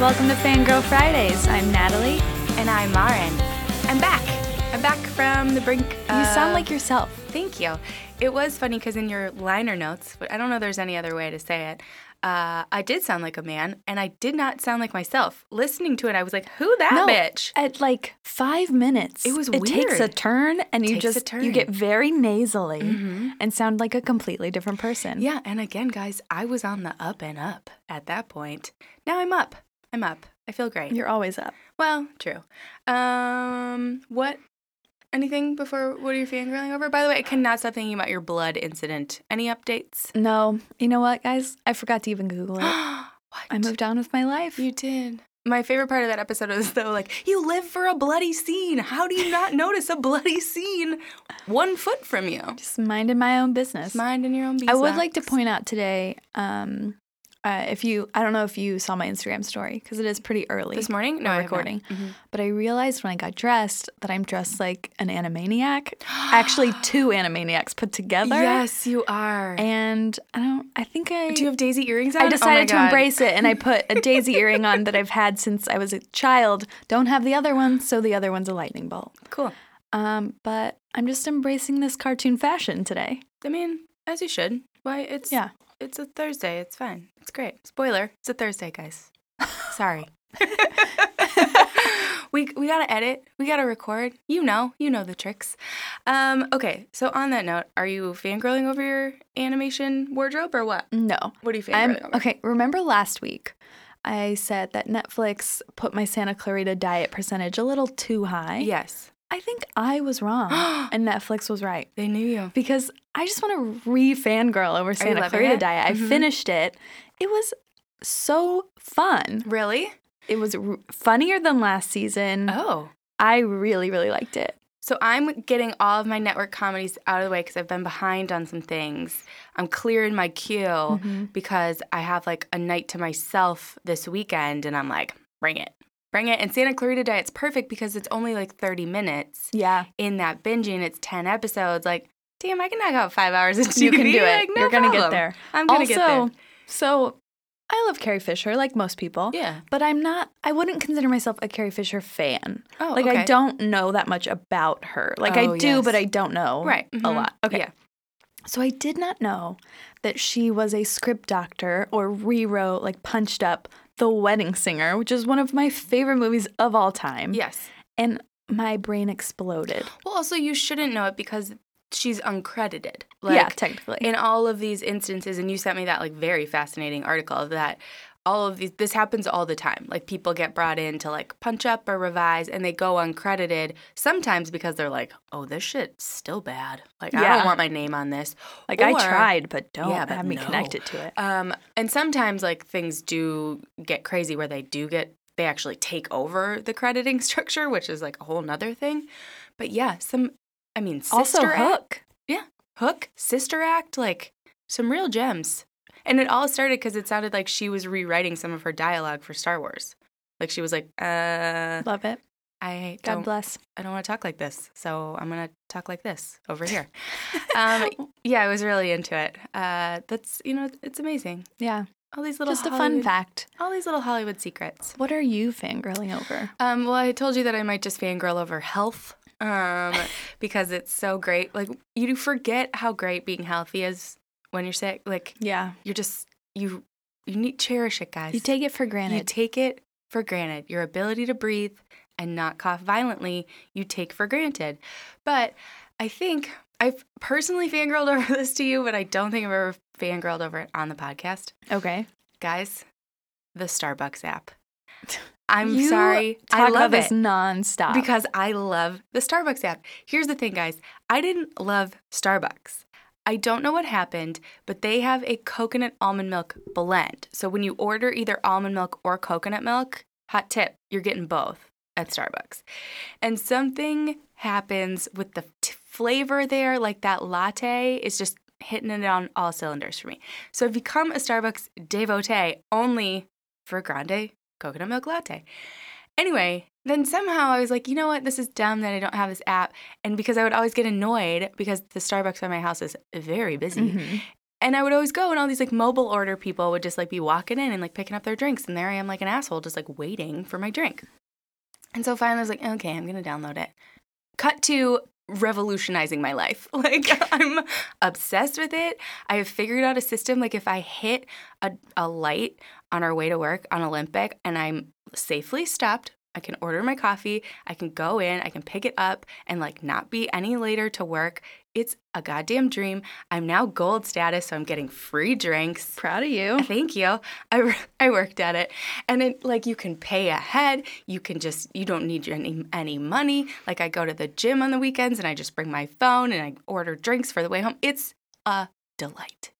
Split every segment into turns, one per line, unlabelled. Welcome to Fangirl Fridays. I'm Natalie.
And I'm Marin. I'm back. I'm back from the brink.
You sound like yourself.
Thank you. It was funny because in your liner notes, but I don't know if there's any other way to say it. Uh, I did sound like a man, and I did not sound like myself. Listening to it, I was like, "Who that bitch?"
At like five minutes,
It was
It takes a
weird.
turn, and you
Takes a
just you
turn. Mm-hmm.
get very nasally and sound like a completely different person.
Yeah, and again, guys, I was on the up and up at that point. Now I'm up. I'm up. I feel great.
you're always up.
Well, true. Um, what? Anything before? What are you fangirling over? By the way, I cannot stop thinking about your blood incident. Any updates?
No, you know what, guys? I forgot to even Google it.
what?
I moved on with my life.
You did. My favorite part of that episode was though, like, you live for a bloody scene. How do you not notice a bloody scene one foot from you?
just minded my own business.
Mind in your own
I
beeswax.
would like to point out today. Um, uh, if you, I don't know if you saw my Instagram story because it is pretty early.
this morning.
we're
No, I haven't.
recording.
Mhm.
But I realized when I got dressed that I'm dressed like an animaniac. Actually, two animaniacs put together.
Yes, you are.
And I don't. I think I.
do you have daisy earrings on?
I
Oh my
decided to
God.
embrace it, and I put a daisy earring on that I've had since I was a child. Don't have the other one, so the other one's a lightning bolt.
Cool.
Um, but I'm just embracing this cartoon fashion today.
I mean, as you should. Why? It's
Yeah.
It's a Thursday. It's fine. It's great. Spoiler: It's a Thursday, guys. Sorry. we we gotta edit. We gotta record. You know. You know the tricks. Um, okay. So on that note, are you fangirling over your animation wardrobe or what?
No,
What are you
I'm
fangirling over?
okay. Remember last week, I said that Netflix put my Santa Clarita diet percentage a little too high.
Yes.
I think I was wrong and Netflix was right
They knew you.
because I just want to re fangirl over Santa
loving
Clarita
it?
Diet. I
Mhm.
finished it. It was so fun.
Really?
It was r- funnier than last season.
Oh.
I really, really liked it.
So I'm getting all of my network comedies out of the way because I've been behind on some things. I'm clearing my queue
Mm-hmm.
Mm-hmm. because I have like a night to myself this weekend, and I'm like, bring it, bring it. And Santa Clarita Diet's perfect because it's only like 30 minutes
Yeah,
in that binging. It's 10 episodes. Like, damn, I can knock out five hours of TV.
you can do it.
Like, no
You're gonna get
problem.
there.
I'm gonna
also,
get there.
so I love Carrie Fisher, like most people.
Yeah.
But I'm not. I wouldn't consider myself a Carrie Fisher fan.
Oh,
like I
okay.
don't know that much about her. Like
Oh,
I do,
yes.
but I don't know
Right.
a
Mhm.
lot. Okay.
Yeah.
So I did not know that she was a script doctor or rewrote, like punched up The Wedding Singer, which is one of my favorite movies of all time.
Yes.
And my brain exploded.
Well, also, you shouldn't know it because she's uncredited.
yeah, technically.
in all of these instances and you sent me that like very fascinating article of that all of these this happens all the time like people get brought in to like punch up or revise and they go uncredited sometimes because they're like oh this shit's still bad like i
Yeah.
don't want my name on this
like
Or-
I tried, but don't
Yeah, but
have me
no.
connected to it.
um, and sometimes like things do get crazy where they do get they actually take over the crediting structure which is like a whole nother thing but yeah some i mean sister
Also,
act-
Hook.
yeah. Hook, Sister Act, like some real gems. And it all started because it sounded like she was rewriting some of her dialogue for Star Wars. Like she was like, uh,
Love it.
I
God
don't,
bless.
I don't want to talk like this, so I'm gonna talk like this over here. um, yeah, I was really into it. Uh, that's you know, it's amazing.
Yeah.
All these little
Just a fun
Hollywood-
fact.
All these little Hollywood secrets.
What are you fangirling over?
Um, well, I told you that I might just fangirl over health um, because it's so great. Like, you forget how great being healthy is when you're sick. Like,
Yeah.
you're just, you, you need, cherish it, guys.
You take it for
You
granted.
take it for granted. Your ability to breathe and not cough violently, you take for granted. But I think I've personally fangirled over this to you, but I don't think I've ever fangirled over it on the podcast.
okay.
Guys, the Starbucks app. I'm
You
sorry.
Talk
I love
about
it.
this nonstop.
Because I love the Starbucks app. Here's the thing, guys I didn't love Starbucks. I don't know what happened, but they have a coconut almond milk blend. So when you order either almond milk or coconut milk, hot tip, you're getting both at Starbucks. And something happens with the t- flavor there, like that latte is just hitting it on all cylinders for me. So I've become a Starbucks devotee only for grande coconut milk latte. Anyway, then somehow I was like, you know what? This is dumb that I don't have this app. And because I would always get annoyed because the Starbucks by my house is very busy.
Mhm.
And I would always go, and all these like mobile order people would just like be walking in and like picking up their drinks, and there I am like an asshole, just like waiting for my drink. And so finally, I was like, okay, I'm gonna download it. Cut to revolutionizing my life. Like I'm obsessed with it. I have figured out a system. Like if I hit a, a light on our way to work on Olympic, and I'm safely stopped. I can order my coffee. I can go in. I can pick it up and like not be any later to work. It's a goddamn dream. I'm now gold status, so I'm getting free drinks.
Proud of you.
Thank you. I, I worked at it. And it like you can pay ahead. You can just you don't need your- any any money. Like I go to the gym on the weekends and I just bring my phone and I order drinks for the way home. It's a delight.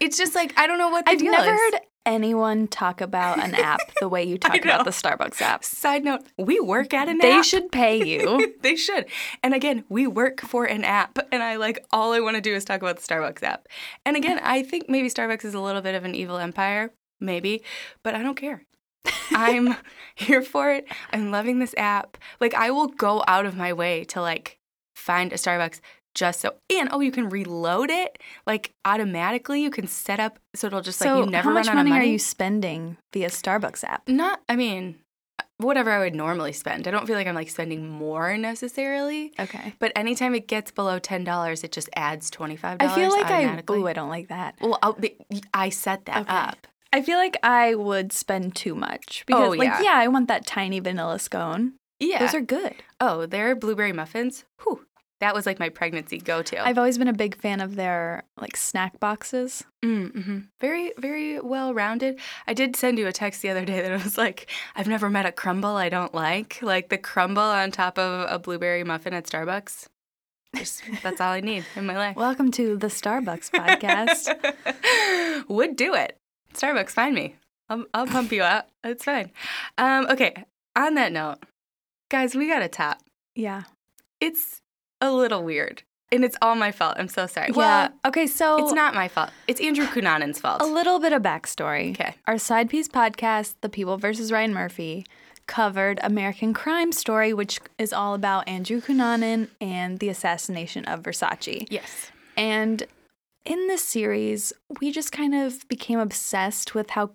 It's just like I don't know what the
I've
deal
never
is.
heard anyone talk about an app the way you talk
know.
about the Starbucks app.
Side note, we work at an
They
app.
should pay you.
they should. And again, we work for an app, and I like all I want to do is talk about the Starbucks app. And again, I think maybe Starbucks is a little bit of an evil empire, maybe, but I don't care. I'm here for it. I'm loving this app. Like I will go out of my way to like find a Starbucks just so and oh you can reload it like automatically you can set up so it'll just
so
like you never
how much
run out
money
of
are
money
you spending via Starbucks app?
not i mean whatever i would normally spend i don't feel like i'm like spending more necessarily
Okay.
but anytime it gets below ten dollars, it just adds twenty five
I
dollars.
feel like I
automatically.
ooh, I don't like that.
Well, I'll be, I set that
Okay.
up.
I feel like I would spend too much because
Oh,
like
yeah.
yeah, I want that tiny vanilla scone.
Yeah.
Those are good.
oh, they're blueberry muffins. Whew. That was like my pregnancy go to.
I've always been a big fan of their like snack boxes.
mm-hmm. Very, very well rounded. I did send you a text the other day that I was like, I've never met a crumble I don't like. Like the crumble on top of a blueberry muffin at Starbucks. Just- that's all I need in my life.
Welcome to the Starbucks podcast.
Would do it. Starbucks, find me. I'll, I'll pump you out. It's fine. Um, okay. On that note, guys, we got a top.
yeah.
It's a little weird, and it's all my fault. I'm so sorry.
yeah.
Well,
Okay, so
it's not my fault. It's Andrew Cunanin's fault.
a little bit of backstory.
Okay.
Our side piece podcast, The People versus Ryan Murphy, covered American Crime Story, which is all about Andrew Cunanan and the assassination of Versace.
yes.
And in this series, we just kind of became obsessed with how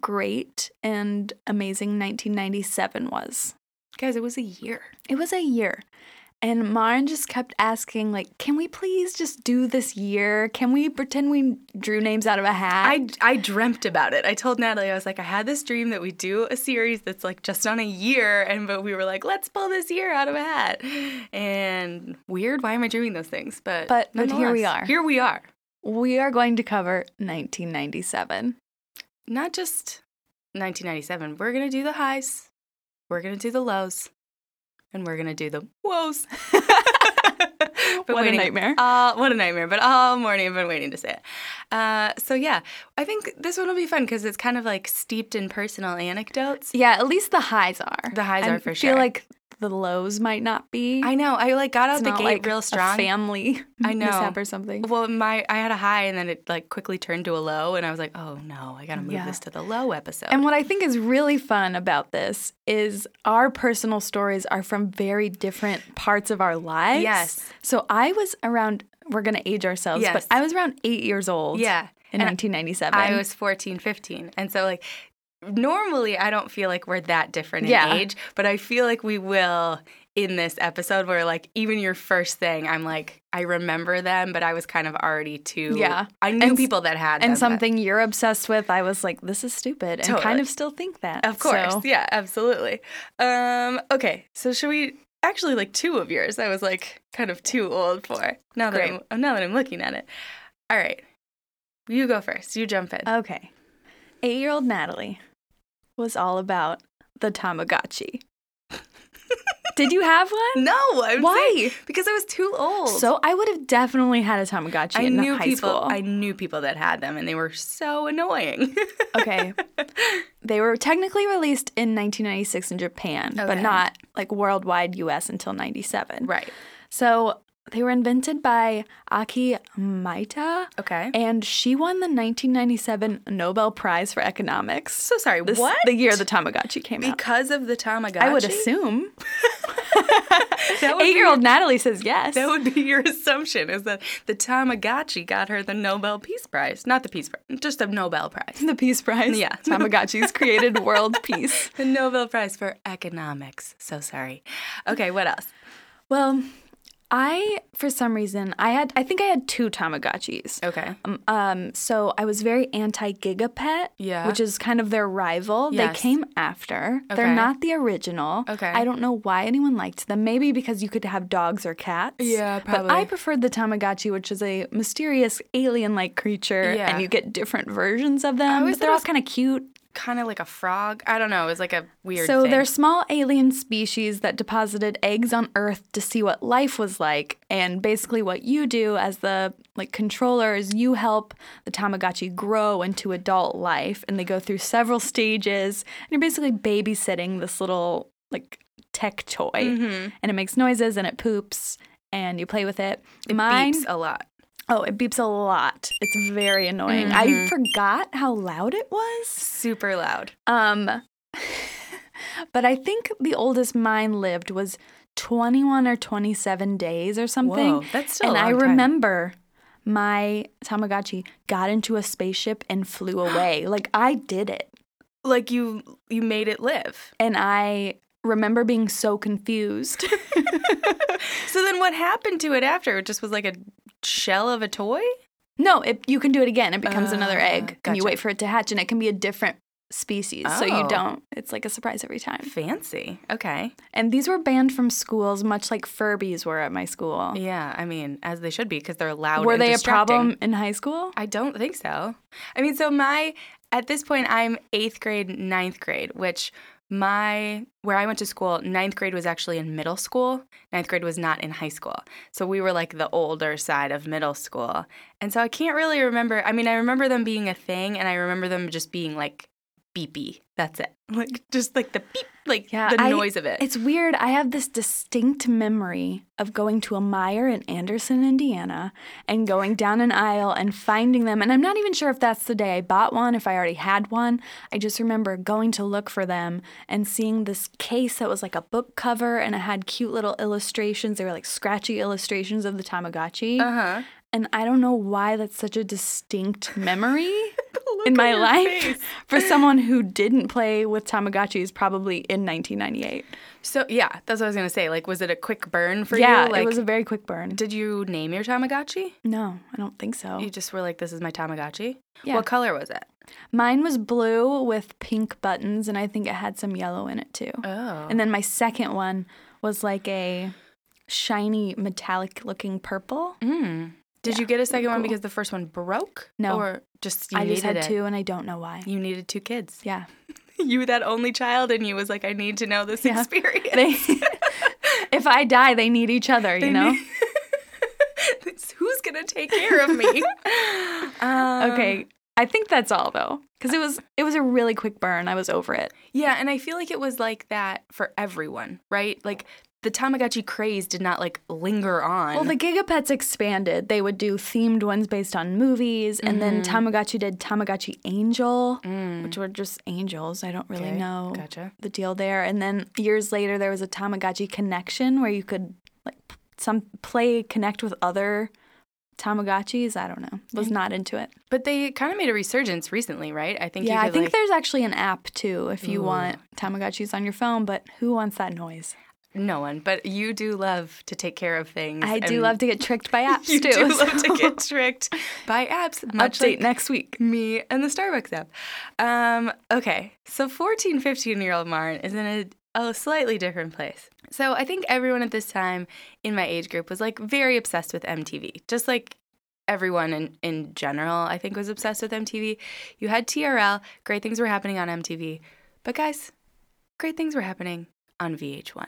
great and amazing 1997 was.
Guys, it was a year.
It was a year. And Marin just kept asking, like, can we please just do this year? Can we pretend we drew names out of a hat?
I, I dreamt about it. I told Natalie, I was like, I had this dream that we do a series that's like just on a year, and but we were like, let's pull this year out of a hat. And weird, why am I dreaming those things? But
But- but here we
nonetheless,
are.
Here we are.
we are going to cover 1997.
Not just 1997. We're gonna do the highs, we're gonna do the lows, and we're gonna do the woes. Been
what a
waiting
nightmare.
all- what a nightmare, but all morning I've been waiting to say it. Uh, so, yeah, I think this one will be fun because it's kind of like steeped in personal anecdotes.
yeah, at least the highs are.
The highs
I
are for
feel
sure.
like the lows might not be.
I know. I like got out
It's
the
not
gate
like
real
a
strong.
family
I know.
mishap or something.
well, my I had a high and then it like quickly turned to a low, and I was like, oh no, I gotta move
Yeah.
this to the low episode.
And what I think is really fun about this is our personal stories are from very different parts of our lives.
Yes.
So I was around, we're going to age ourselves, but
Yes.
I was around eight years old
yeah,
in
and
1997.
I was 14, 15. and so like normally I don't feel like we're that different in
Yeah.
age, but I feel like we will in this episode where like even your first thing, I'm like I remember them, but I was kind of already too.
Yeah.
I knew
And s-
people that had them,
and
but-
something you're obsessed with, I was like, this is stupid, and kind
Totally.
of still think that.
Of course.
So,
Yeah, absolutely. Um, okay, so should we actually like two of yours? I was like kind of too old for. Now that
Great.
I'm now that I'm looking at it. All right. You go first. You jump in.
okay. Eight year old Natalie was all about the Tamagotchi. Did you have one?
no, I'm
Why?
saying- because I was too old.
So I would have definitely had a Tamagotchi
I
in
knew
high
people
school.
I knew people that had them and they were so annoying.
okay. They were technically released in 1996 in Japan, but
Okay.
not like worldwide US until 97.
right.
So They were invented by Aki Maita.
Okay.
And she won the 1997 Nobel Prize for Economics.
so sorry.
This-
what?
The year the Tamagotchi came out.
because of the Tamagotchi.
I would assume.
that would be-
Eight year old Natalie says yes.
That would be your assumption is that the Tamagotchi got her the Nobel Peace Prize, not the Peace Prize, just the Nobel Prize.
the Peace Prize.
Yeah.
Tamagotchis created world peace.
The Nobel Prize for Economics. So sorry. Okay, what else?
Well, I, for some reason, I had, I think I had two Tamagotchis.
Okay.
Um, Um, so I was very anti Gigapet,
Yeah.
which is kind of their rival.
Yes.
They came after.
Okay.
They're not the original.
Okay.
I don't know why anyone liked them. Maybe because you could have dogs or cats.
Yeah,
But
probably.
I preferred the Tamagotchi, which is a mysterious alien-like creature,
Yeah.
and you get different versions of them.
always
But they're
thought it
all
was-
kind of cute.
Kind of like a frog. I don't know. It was like a weird
So
thing.
they're small alien species that deposited eggs on Earth to see what life was like, and basically what you do as the like controller is you help the Tamagotchi grow into adult life, and they go through several stages, and you're basically babysitting this little like tech toy,
Mm-hmm.
and it makes noises and it poops, and you play with it. Mine,
beeps a lot.
oh, it beeps a lot. It's very annoying.
Mm-hmm.
I forgot how loud it was.
Super loud.
Um, but I think the oldest mine lived was 21 or 27 days or something.
Whoa, that's still a
And I
long time.
remember my Tamagotchi got into a spaceship and flew away. like I did it.
Like you you made it live.
And I remember being so confused.
So then what happened to it after? It just was like a shell of a toy?
no, it, you can do it again. It becomes another
Ah,
egg. And
gotcha.
you wait for it to hatch, and it can be a different species. So
Oh.
you don't, it's like a surprise every time.
Fancy. Okay.
And these were banned from schools, much like Furbies were at my school.
Yeah, I mean, as they should be because they're loud
Oh. Were
and
they a
distracting.
problem in high school?
I don't think so. I mean, so my at this point I'm eighth grade, ninth grade, which my where I went to school, ninth grade was actually in middle school. Ninth grade was not in high school. So we were like the older side of middle school. And so I can't really remember I mean, I remember them being a thing and I remember them just being like beepy. That's it. Like just like the beep like
Yeah,
the
I-
noise of it.
It's weird. I have this distinct memory of going to a Meyer in Anderson, Indiana, and going down an aisle and finding them. And I'm not even sure if that's the day I bought one, if I already had one. I just remember going to look for them and seeing this case that was like a book cover and it had cute little illustrations. They were like scratchy illustrations of the Tamagotchi.
uh-huh.
And I don't know why that's such a distinct memory.
Look
in
on
my
your
life
face.
for someone who didn't play with Tamagotchis probably in 1998.
So yeah, that's what I was gonna say. Like, was it a quick burn for
yeah,
you? Like,
it was a very quick burn.
did you name your Tamagotchi?
no, I don't think so.
You just were like, "This is my Tamagotchi."
Yeah.
What color was it?
Mine was blue with pink buttons, and I think it had some yellow in it too.
Oh,
And then my second one was like a shiny metallic looking purple.
did you get a second one
cool.
because the first one broke?
No.
or just you
I just
needed
had
it?
two, and I don't know why.
You needed two kids.
Yeah.
You, that only child, and you was like, "I need to know this
Yeah.
experience."
They, if I die, they need each other, you know?
It's- Who's gonna take care of me? Um,
okay. I think that's all though, because it was it was a really quick burn. I was over it.
Yeah, and I feel like it was like that for everyone, right? Like the Tamagotchi craze did not like linger on.
Well, the Gigapets expanded. They would do themed ones based on movies, and then
Mm-hmm.
Tamagotchi did Tamagotchi Angel, which were just angels. I don't really
Mm. Okay,
know
gotcha.
the deal there. And then years later, there was a Tamagotchi Connection where you could like p- some play connect with other Tamagotchis. I don't know. Was not into it.
But they kind of made a resurgence recently, right? I think.
Yeah,
you
I
could,
think
like-
there's actually an app too if you
Ooh.
want Tamagotchis on your phone. But who wants that noise?
no one, but you do love to take care of things.
I do
and
love to get tricked by apps
You
too.
do love
so
to get tricked by apps, much
update
like
next week.
me and the Starbucks app. Um, okay, so 14, 15 year old Marn is in a, a slightly different place. So I think everyone at this time in my age group was like very obsessed with MTV, just like everyone in, in general, I think, was obsessed with MTV. You had TRL, great things were happening on MTV. But guys, great things were happening on VH1.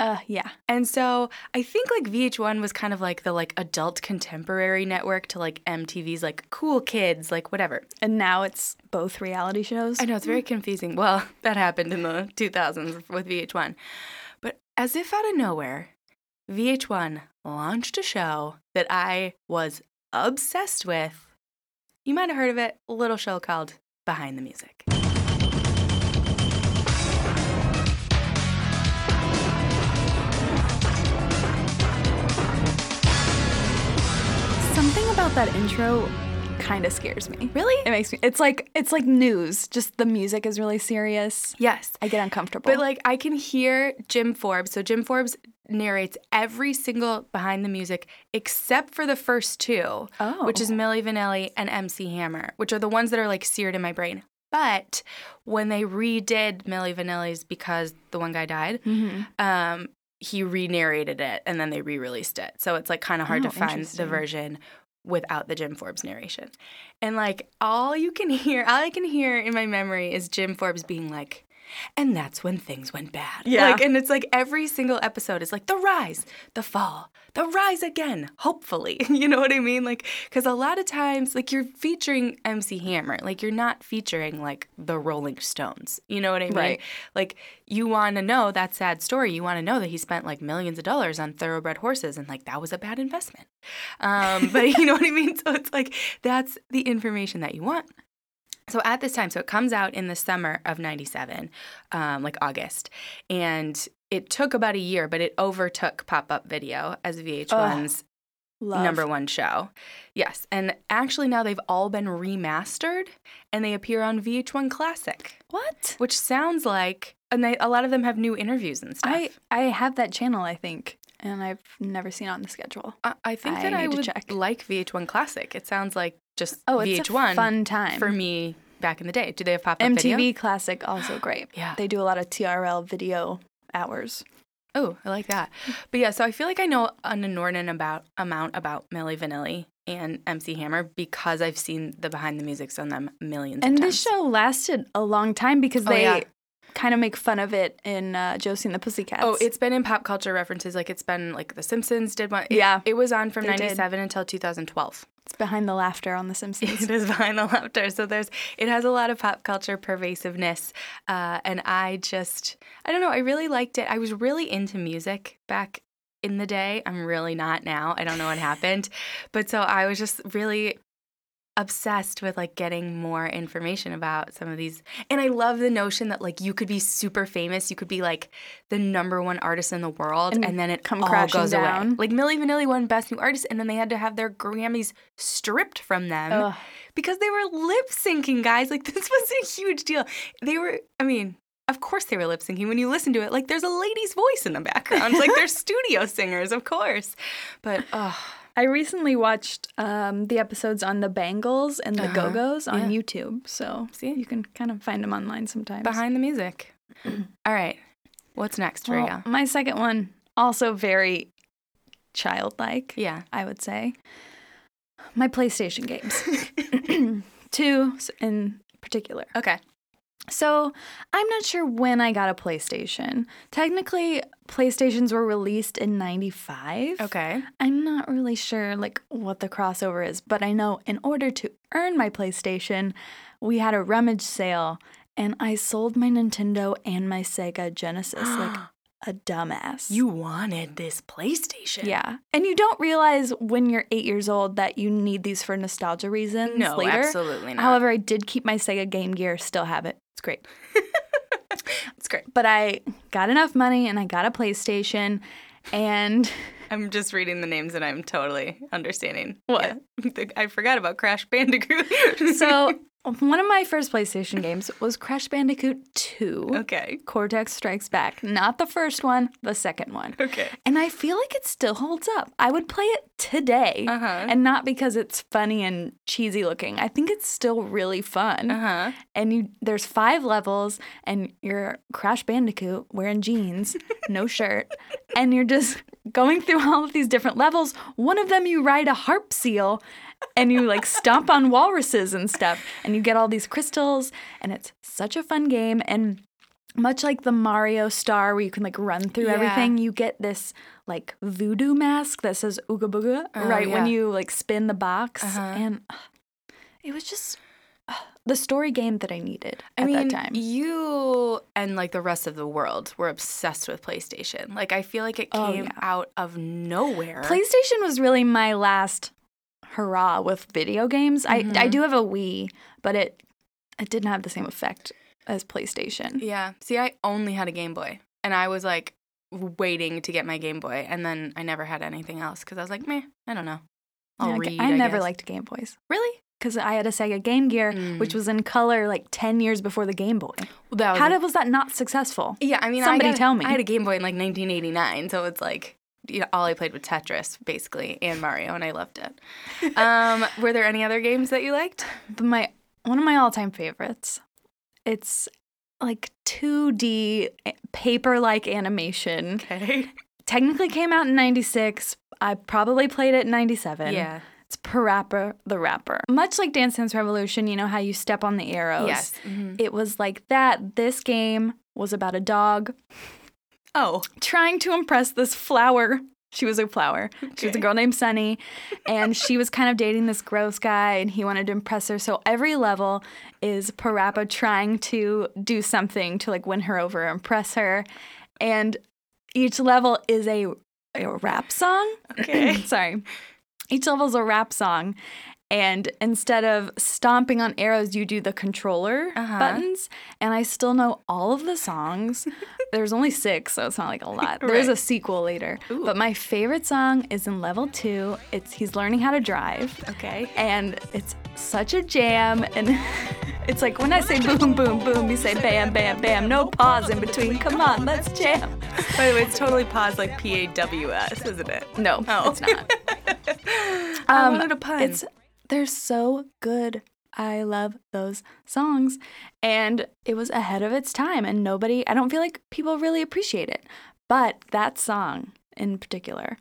Uh, yeah.
And so I think like VH1 was kind of like the like adult contemporary network to like MTV's like cool kids, like whatever.
And now it's both reality shows.
I know it's very confusing. Well, that happened in the 2000s with VH1. But as if out of nowhere, VH1 launched a show that I was obsessed with. You might have heard of it, a little show called Behind the Music.
Something about that intro kind of scares me.
Really?
It makes me. It's like it's like news. Just the music is really serious.
Yes.
I get uncomfortable.
But like I can hear Jim Forbes. So Jim Forbes narrates every single behind the music except for the first two,
oh,
which is Millie Vanilli and MC Hammer, which are the ones that are like seared in my brain. But when they redid Millie Vanilli's because the one guy died,
Mhm.
um, he re-narrated it and then they re-released it. So it's like kind of hard
Oh,
to find the
interesting.
version without the Jim Forbes narration. And like all you can hear, all I can hear in my memory is Jim Forbes being like, and that's when things went bad.
Yeah.
Like, and it's like every single episode is like the rise, the fall, the rise again, hopefully. You know what I mean? Like, because a lot of times, like, you're featuring MC Hammer. Like, you're not featuring, like, the Rolling Stones. You know what I mean?
Right.
Like, you want to know that sad story. You want to know that he spent, like, millions of dollars on thoroughbred horses and, like, that was a bad investment. Um, but you know what I mean? So it's like, that's the information that you want. So at this time, so it comes out in the summer of 97, um, like August. And it took about a year, but it overtook Pop Up Video as VH1's
love.
number one show. Yes. And actually, now they've all been remastered and they appear on VH1 Classic,
What?
which sounds like, and they, a lot of them have new interviews and stuff.
I I have that channel. I think, and I've never seen it on the schedule.
I, I think that
I
I
need to
would
check.
like VH1 Classic. It sounds like just
Oh, it's
VH1
a fun time
for me back in the day. Do they have Pop Up
MTV
Video?
Classic also great.
Yeah.
They do a lot of TRL video hours.
Oh, I like that. But yeah, so I feel like I know an inordinate about amount about Millie Vanilli and MC Hammer because I've seen the behind the musics on them millions.
And
of
this
times.
show lasted a long time because
Oh,
they
yeah.
kind of make fun of it in uh, Josie and the Pussycats.
Oh, it's been in pop culture references. Like it's been like The Simpsons did one. It,
Yeah.
it was on from
They did.
'97 until 2012.
It's behind the laughter on The Simpsons.
It is behind the laughter. So there's, it has a lot of pop culture pervasiveness, uh, and I just, I don't know, I really liked it. I was really into music back in the day. I'm really not now. I don't know what happened, but so I was just really obsessed with like getting more information about some of these and i love the notion that like you could be super famous you could be like the number one artist in the world and,
And
then it
come
all
crashing
goes away
down.
like millie vanilli won best new artist and then they had to have their grammys stripped from them
Ugh.
because they were lip syncing, guys. Like this was a huge deal. They were, I mean, of course they were lip syncing. When you listen to it, like there's a lady's voice in the background. like they're studio singers, of course. But oh,
I recently watched um, the episodes on the Bangles and the
Uh-huh.
Go Go's on
Yeah.
YouTube, so
See?
you can kind of find them online sometimes.
behind the music. All right, what's next,
Well,
Rhea?
my second one, also very childlike,
Yeah.
I would say. My PlayStation games, two s- in particular.
Okay.
So I'm not sure when I got a PlayStation. Technically, PlayStations were released in '95.
Okay.
I'm not really sure like what the crossover is, but I know in order to earn my PlayStation, we had a rummage sale and I sold my Nintendo and my Sega Genesis like a dumbass.
You wanted this PlayStation.
yeah. And you don't realize when you're 8 years old that you need these for nostalgia reasons
No,
later.
absolutely not.
However, I did keep my Sega Game Gear, still have it. It's great.
it's great.
But I got enough money and I got a PlayStation and
I'm just reading the names and I'm totally understanding. What? I forgot about Crash Bandicoot.
So one of my first PlayStation games was Crash Bandicoot 2.
okay.
Cortex Strikes Back. Not the first one, the second one.
Okay.
And I feel like it still holds up. I would play it today.
Uh-huh.
And not because it's funny and cheesy looking. I think it's still really fun.
Uh-huh.
And you there's five levels and you're Crash Bandicoot wearing jeans, no shirt, and you're just going through all of these different levels. One of them you ride a harp seal and you like stomp on walruses and stuff and you get all these crystals and it's such a fun game and much like the Mario star where you can like run through
Yeah.
everything, you get this like voodoo mask that says ooga booga
Oh,
right
yeah.
when you like spin the box
Uh-huh.
and ugh, it was just the story game that I needed
I
at
mean,
that time.
you and like the rest of the world were obsessed with PlayStation. Like, I feel like it came
Oh, yeah.
out of nowhere.
PlayStation was really my last hurrah with video games.
Mhm.
I I do have a Wii, but it it didn't have the same effect as PlayStation.
yeah. See, I only had a Game Boy, and I was like waiting to get my Game Boy, and then I never had anything else because I was like, meh, I don't know. I'll
Yeah, I g-
read.
I, never
guess.
liked Game Boys
really.
because I had a Sega Game Gear,
Mm.
which was in color like ten years before the Game Boy.
Well, that was
How
a-
did, was that not successful?
Yeah, I mean, I
Somebody
got a-
tell me.
I had a Game Boy in like 1989, so it's like you know, all I played was Tetris basically and Mario, and I loved it. Um, were there any other games that you liked?
The- my one of my all-time favorites. It's like 2D a- paper-like animation.
Okay.
Technically came out in 96. I probably played it in 97.
Yeah.
It's Parappa the Rapper. Much like Dance Dance Revolution, you know how you step on the arrows.
Yes. Mhm.
It was like that. This game was about a dog
Oh.
trying to impress this flower. She was a flower. She was a
Okay.
girl named Sunny, and she was kind of dating this gross guy, and he wanted to impress her. So every level is Parappa trying to do something to like win her over, impress her, and each level is a a rap song.
Okay.
Sorry. Each level is a rap song. And instead of stomping on arrows, you do the controller
Uh-huh.
buttons. And I still know all of the songs. There's only six, so it's not like a lot. There's
Right.
a sequel later.
Ooh.
But my favorite song is in level two. It's he's learning how to drive.
Okay.
And it's such a jam. And it's like when I say boom, boom, boom, you say bam, bam, bam. No pause in between. Come on, let's jam.
By the way, it's totally paused like P A W S, isn't it?
No,
Oh.
it's not.
I
Um,
wanted a pun.
It's they're so good. I love those songs. And it was ahead of its time and nobody I don't feel like people really appreciate it. But that song in particular,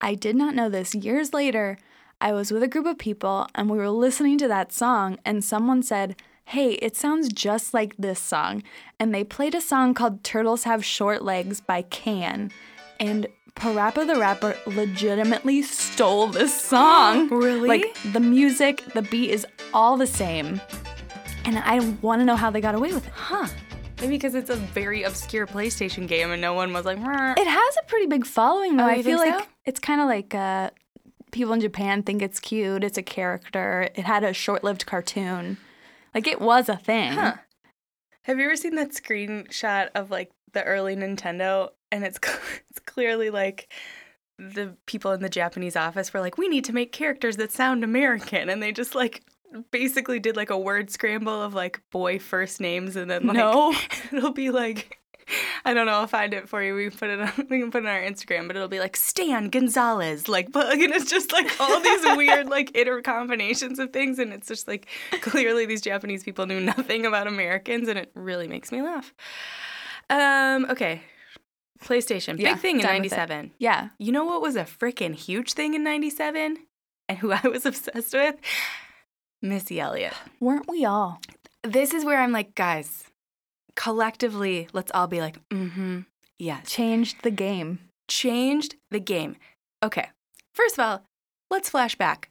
I did not know this years later. I was with a group of people and we were listening to that song and someone said, "Hey, it sounds just like this song." And they played a song called Turtles Have Short Legs by Can. And Parappa the Rapper legitimately stole this song.
Really?
Like the music, the beat is all the same. And I want to know how they got away with it.
huh. Maybe because it's a very obscure PlayStation game and no one was like, "Meh."
It has a pretty big following, though.
Oh,
I
you
feel
think
like
so?
it's kind of like uh, people in Japan think it's cute. It's a character. It had a short-lived cartoon. Like it was a thing.
Huh. Have you ever seen that screenshot of like the early Nintendo and it's cl- it's clearly like the people in the Japanese office were like, "We need to make characters that sound American." And they just like basically did like a word scramble of like boy first names and then like
No.
it'll be like I don't know, I'll find it for you. We can put it on we can put it on our Instagram, but it'll be like Stan Gonzalez, like but and it's just like all these weird like intercombinations of things and it's just like clearly these Japanese people knew nothing about Americans and it really makes me laugh. Um, okay. PlayStation.
Yeah,
Big thing in
done with
ninety
it.
seven.
Yeah.
You know what was a freaking huge thing in 97 and who I was obsessed with? Missy Elliott.
Weren't we all?
This is where I'm like, guys, collectively, let's all be like, mm hmm, yes.
Changed the game.
Changed the game. Okay, first of all, let's flash back.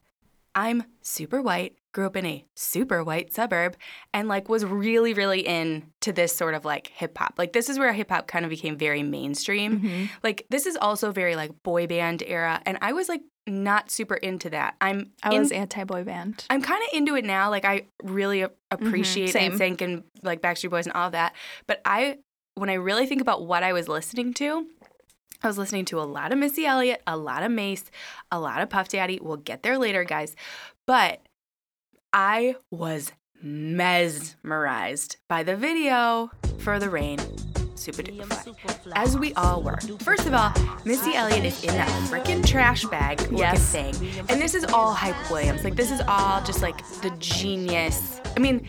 I'm super white, grew up in a super white suburb, and like was really, really into this sort of like hip hop. Like, this is where hip hop kind of became very mainstream
Mm-hmm.
like this is also very like boy band era and i was like not super into that i'm
I
in-
was anti-boy band.
i'm kind of into it now like i really a- appreciate
Mm-hmm. same.
and think and like backstreet boys and all that but i when i really think about what i was listening to I was listening to a lot of Missy Elliott, a lot of Mace, a lot of Puff Daddy. We'll get there later, guys. But I was mesmerized by the video for The Rain. Super duper fly. As we all were. First of all, Missy Elliott is in that freaking trash bag looking
Yes.
thing. And this is all Hype Williams. Like, this is all just like the genius. I mean,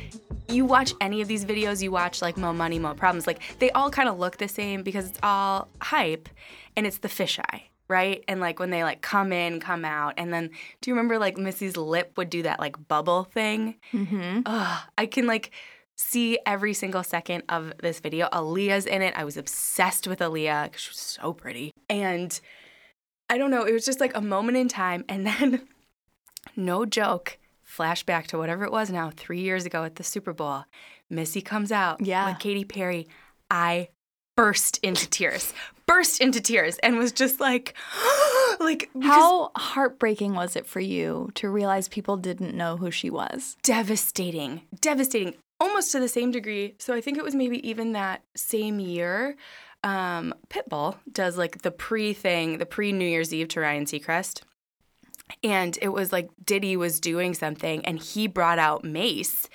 you watch any of these videos, you watch like Mo Money, Mo Problems, like they all kind of look the same because it's all hype and it's the fisheye, right? And like when they like come in, come out, and then do you remember like Missy's lip would do that like bubble thing?
Mm-hmm.
Ugh, I can like see every single second of this video. Aaliyah's in it. I was obsessed with Aaliyah because she was so pretty. And I don't know, it was just like a moment in time. And then, no joke, Flashback to whatever it was now, three years ago at the Super Bowl. Missy comes out
Yeah.
with Katy Perry. I burst into tears, burst into tears, and was just like, like, because
How heartbreaking was it for you to realize people didn't know who she was?
devastating, devastating, almost to the same degree. So I think it was maybe even that same year. Um, Pitbull does like the pre thing, the pre New Year's Eve to Ryan Seacrest. And it was like Diddy was doing something and he brought out Mace.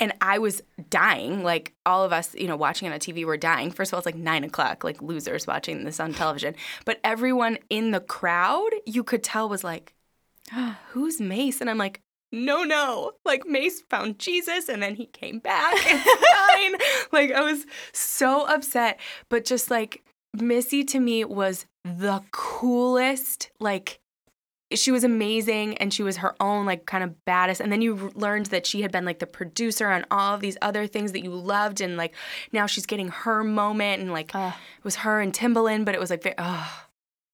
And I was dying. Like all of us, you know, watching it on TV were dying. First of all, it's like nine o'clock, like losers watching this on television. But everyone in the crowd, you could tell, was like, who's Mace? And I'm like, no, no. Like Mace found Jesus and then he came back. It's fine. Like I was so upset. But just like Missy to me was the coolest. Like she was amazing and she was her own like kind of baddest and then you r- learned that she had been like the producer on all of these other things that you loved and like now she's getting her moment and like
Ugh.
it was her and Timbaland but it was like very, oh,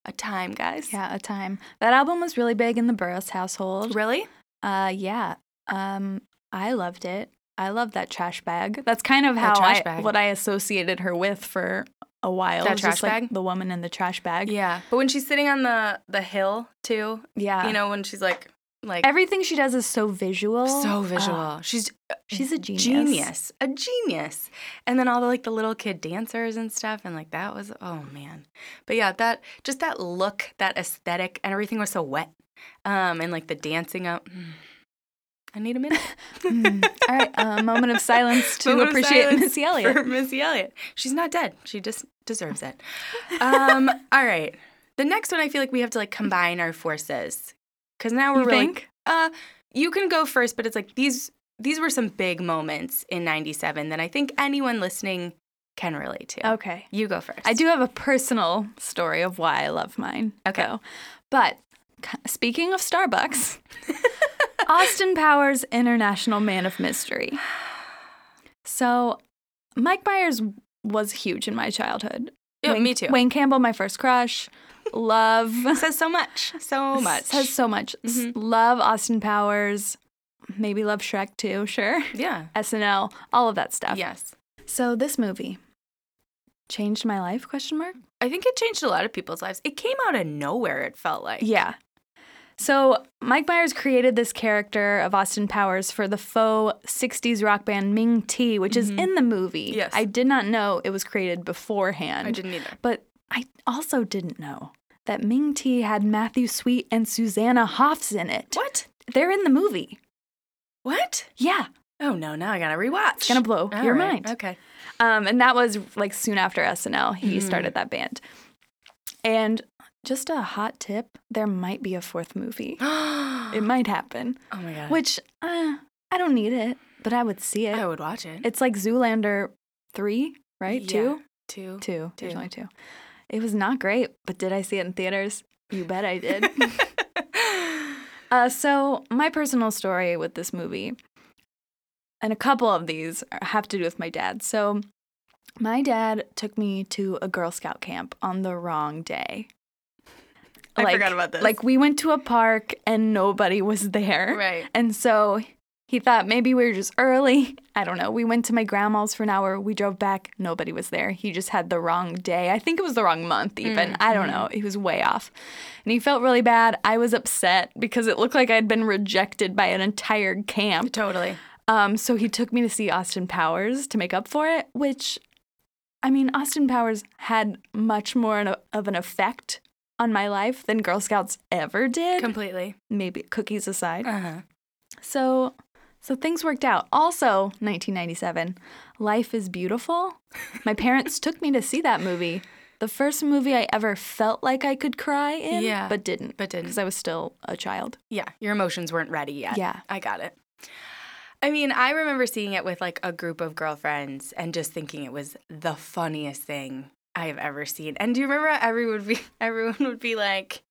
a time guys
Yeah, a time. That album was really big in the Burris household.
really
Uh, yeah. Um, I loved it. I love that trash bag. That's kind of
That
how
trash
I
bag.
what I associated her with for a while.
That
It was just,
trash
like,
bag?
the woman in the trash bag.
Yeah, but when she's sitting on the the hill too,
Yeah.
you know, when she's like like
everything she does is so visual.
so
Oh,
visual, she's a
she's a genius.
genius, a genius. And then all the like the little kid dancers and stuff, and like that was oh man, but yeah, that just that look, that aesthetic, and everything was so wet, um, and like the dancing up. mm. I need a minute.
Mm. All right, a moment of silence to
Moment of
appreciate
silence
Missy Elliott.
For Missy Elliott. She's not dead. She just deserves it. Um, all right. The next one I feel like we have to like combine our forces. Cause now we're
You
really
think?
uh you can go first, but it's like these these were some big moments in ninety seven that I think anyone listening can relate to.
Okay.
You go first.
I do have a personal story of why I love mine.
Okay.
though. But c- speaking of Starbucks, Austin Powers, International Man of Mystery. So Mike Myers was huge in my childhood.
Yeah,
Wayne-
me too.
Wayne Campbell, my first crush. Love.
says so much. So much. Mm-hmm.
Says so much. S- Love Austin Powers. Maybe love Shrek too, sure.
Yeah.
SNL, all of that stuff.
Yes.
So this movie changed my life? Question mark.
I think it changed a lot of people's lives. It came out of nowhere, it felt like.
Yeah. So Mike Myers created this character of Austin Powers for the faux 60s rock band Ming T, which is in the movie.
Mm-hmm. Yes.
I did not know it was created beforehand.
I didn't either.
But I also didn't know that Ming T had Matthew Sweet and Susanna Hoffs in it.
What?
They're in the movie.
What?
Yeah.
Oh no, now I gotta rewatch. It's
gonna blow your mind.
Okay.
Um, and that was like soon after SNL, he
Mhm.
started that band. And just a hot tip there might be a fourth movie. It
oh
might happen.
my god.
Which uh, I don't need it, but I would see it.
I would watch it.
It's like Zoolander three, right?
Yeah.
Two,
Two.
two. There's
Two.
only two. It was not great, but did I see it in theaters? You bet I did. uh, so my personal story with this movie, and a couple of these are- have to do with my dad. So my dad took me to a Girl Scout camp on the wrong day.
I forgot about this.
Like we went to a park and nobody was there.
Right.
And so he thought maybe we were just early. I don't know. We went to my grandma's for an hour. We drove back. Nobody was there. He just had the wrong day. I think it was the wrong month, even. I don't know. He was way off. And he felt really bad. I was upset because it looked like I'd been rejected by an entire camp.
Totally.
Um, so he took me to see Austin Powers to make up for it, which, I mean, Austin Powers had much more an- of an effect on my life than Girl Scouts ever did.
Completely.
Maybe cookies aside.
Uh-huh.
So so things worked out. Also, 1997, Life is Beautiful. My parents took me to see that movie. The first movie I ever felt like I could cry in,
Yeah,
but didn't.
but didn't.
Because I was still a child.
Yeah. Your emotions weren't ready yet.
Yeah.
I got it. I mean, I remember seeing it with like a group of girlfriends and just thinking it was the funniest thing I have ever seen. And do you remember how everyone would be everyone would be like,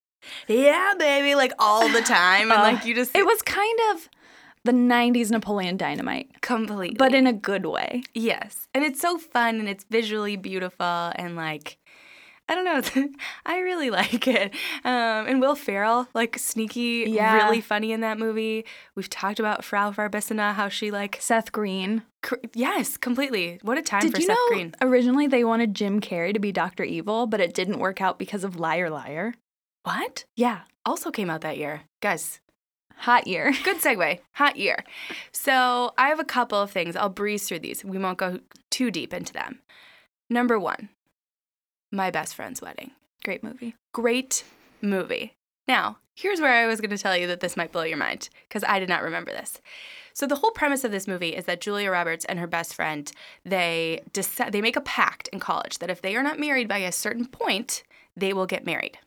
Yeah, baby, like all the time. And
Uh,
like you just
It was kind of the 90s Napoleon Dynamite,
completely
but in a good way.
Yes. And it's so fun and it's visually beautiful and like I don't know. I really like it. Um, and Will Ferrell, like sneaky,
Yeah.
really funny in that movie. We've talked about Frau Barbissina, how she like,
Seth Green.
cr- yes, completely. What a time
Did
for
you
Seth
know
Green.
originally they wanted Jim Carrey to be Dr. Evil, but it didn't work out because of Liar Liar?
What?
Yeah.
Also came out that year, guys.
Hot year.
Good segue. Hot year. So I have a couple of things. I'll breeze through these. We won't go too deep into them. Number one, my best friend's wedding.
Great movie.
Great movie. Now, here's where I was going to tell you that this might blow your mind because I did not remember this. So the whole premise of this movie is that Julia Roberts and her best friend they decide, they make a pact in college that if they are not married by a certain point, they will get married.